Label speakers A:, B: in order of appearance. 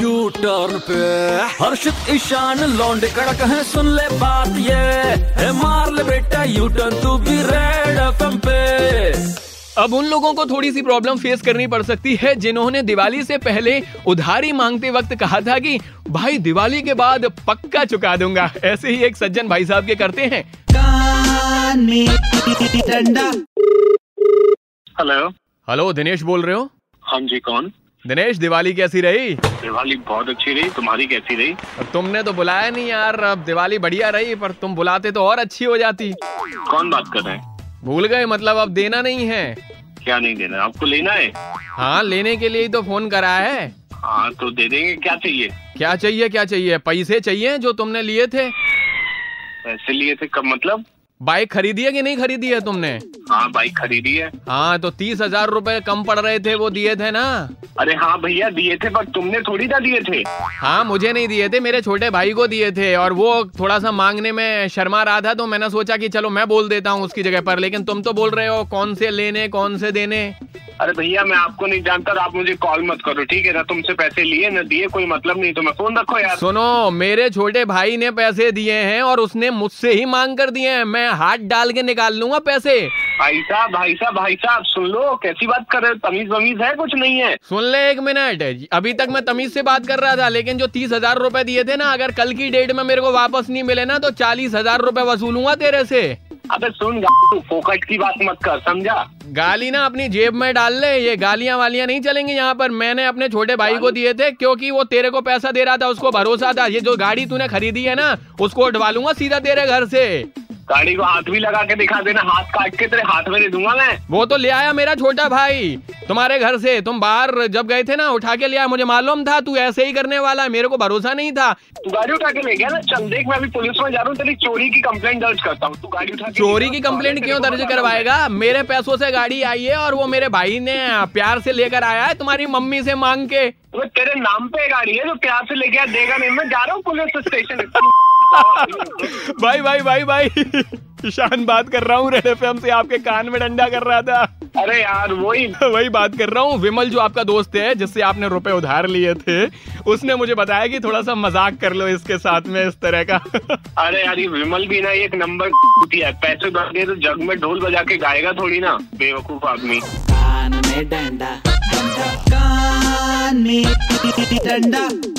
A: You turn पे हर्षित ईशान लौंडे कड़क है सुन ले बात ये है मार ले बेटा यू टर्न तू भी रेड एफएम पे
B: अब उन लोगों को थोड़ी सी प्रॉब्लम फेस करनी पड़ सकती है जिन्होंने दिवाली से पहले उधारी मांगते वक्त कहा था कि भाई दिवाली के बाद पक्का चुका दूंगा ऐसे ही एक सज्जन भाई साहब के करते हैं
C: हेलो
B: हेलो दिनेश बोल रहे हो
C: हाँ जी कौन
B: दिनेश दिवाली कैसी रही
C: दिवाली बहुत अच्छी रही तुम्हारी कैसी रही
B: अब तुमने तो बुलाया नहीं यार अब दिवाली बढ़िया रही पर तुम बुलाते तो और अच्छी हो जाती
C: कौन बात कर रहे हैं
B: भूल गए मतलब अब देना नहीं है
C: क्या नहीं देना आपको लेना है
B: हाँ लेने के लिए ही तो फोन करा है
C: हाँ तो दे देंगे क्या चाहिए
B: क्या चाहिए क्या चाहिए पैसे चाहिए जो तुमने लिए थे
C: पैसे लिए थे कब मतलब
B: बाइक खरीदी है कि नहीं खरीदी है तुमने
C: हाँ बाइक खरीदी है
B: हाँ तो तीस हजार रूपए कम पड़ रहे थे वो दिए थे ना
C: अरे हाँ भैया दिए थे पर तुमने थोड़ी ना दिए थे
B: हाँ मुझे नहीं दिए थे मेरे छोटे भाई को दिए थे और वो थोड़ा सा मांगने में शर्मा रहा था तो मैंने सोचा कि चलो मैं बोल देता हूँ उसकी जगह पर लेकिन तुम तो बोल रहे हो कौन से लेने कौन से देने
C: अरे भैया मैं आपको नहीं जानता और आप मुझे कॉल मत करो ठीक है ना तुमसे पैसे लिए ना दिए कोई मतलब नहीं तो मैं फोन रखो यार
B: सुनो मेरे छोटे भाई ने पैसे दिए हैं और उसने मुझसे ही मांग कर दिए हैं मैं हाथ डाल के निकाल लूंगा पैसे
C: भाई साहब भाई साहब भाई साहब सुन लो कैसी बात कर रहे हो तमीज वमीज है कुछ नहीं है
B: सुन ले एक मिनट अभी तक मैं तमीज से बात कर रहा था लेकिन जो तीस हजार रूपए दिए थे ना अगर कल की डेट में मेरे को वापस नहीं मिले ना तो चालीस हजार रूपए वसूलूंगा तेरे से
C: अबे सुन तू फोकट की बात मत कर समझा
B: गाली ना अपनी जेब में डाल ले ये गालियां वालियां नहीं चलेंगी यहाँ पर मैंने अपने छोटे भाई को दिए थे क्योंकि वो तेरे को पैसा दे रहा था उसको भरोसा था ये जो गाड़ी तूने खरीदी है ना उसको उठवा लूंगा सीधा तेरे घर से
C: गाड़ी को हाथ भी लगा के दिखा देना हाथ काट के तेरे हाथ में दे दूंगा मैं
B: वो तो ले आया मेरा छोटा भाई तुम्हारे घर से तुम बाहर जब गए थे ना उठा के ले आया मुझे मालूम था तू ऐसे ही करने वाला है मेरे को भरोसा नहीं था
C: तू गाड़ी उठा के ले गया ना चल देख मैं अभी पुलिस में जा रहा हूँ तेरी चोरी की कंप्लेंट दर्ज करता हूँ तू गाड़ी उठा के
B: चोरी
C: ले
B: की
C: जा,
B: कंप्लेंट
C: तेरे
B: क्यों
C: को
B: दर्ज
C: बता
B: करवाएगा मेरे पैसों से गाड़ी आई है और वो मेरे भाई ने प्यार से लेकर आया है तुम्हारी मम्मी से मांग के
C: दूंगा। अबे, तेरे नाम पे गाड़ी है तो प्यार से ले गया देगा नहीं मैं जा रहा हूँ पुलिस स्टेशन
B: भाई भाई भाई भाई ईशान बात कर रहा हूँ रेड एफएम से आपके कान में डंडा कर रहा था
C: अरे यार वही
B: वही बात कर रहा हूँ विमल जो आपका दोस्त है जिससे आपने रुपए उधार लिए थे उसने मुझे बताया कि थोड़ा सा मजाक कर लो इसके साथ में इस तरह का
C: अरे यार ये विमल भी ना एक नंबर है पैसे दे तो जग में ढोल बजा के गाएगा थोड़ी ना बेवकूफ आदमी
D: कान में डंडा डंडा कान में डंडा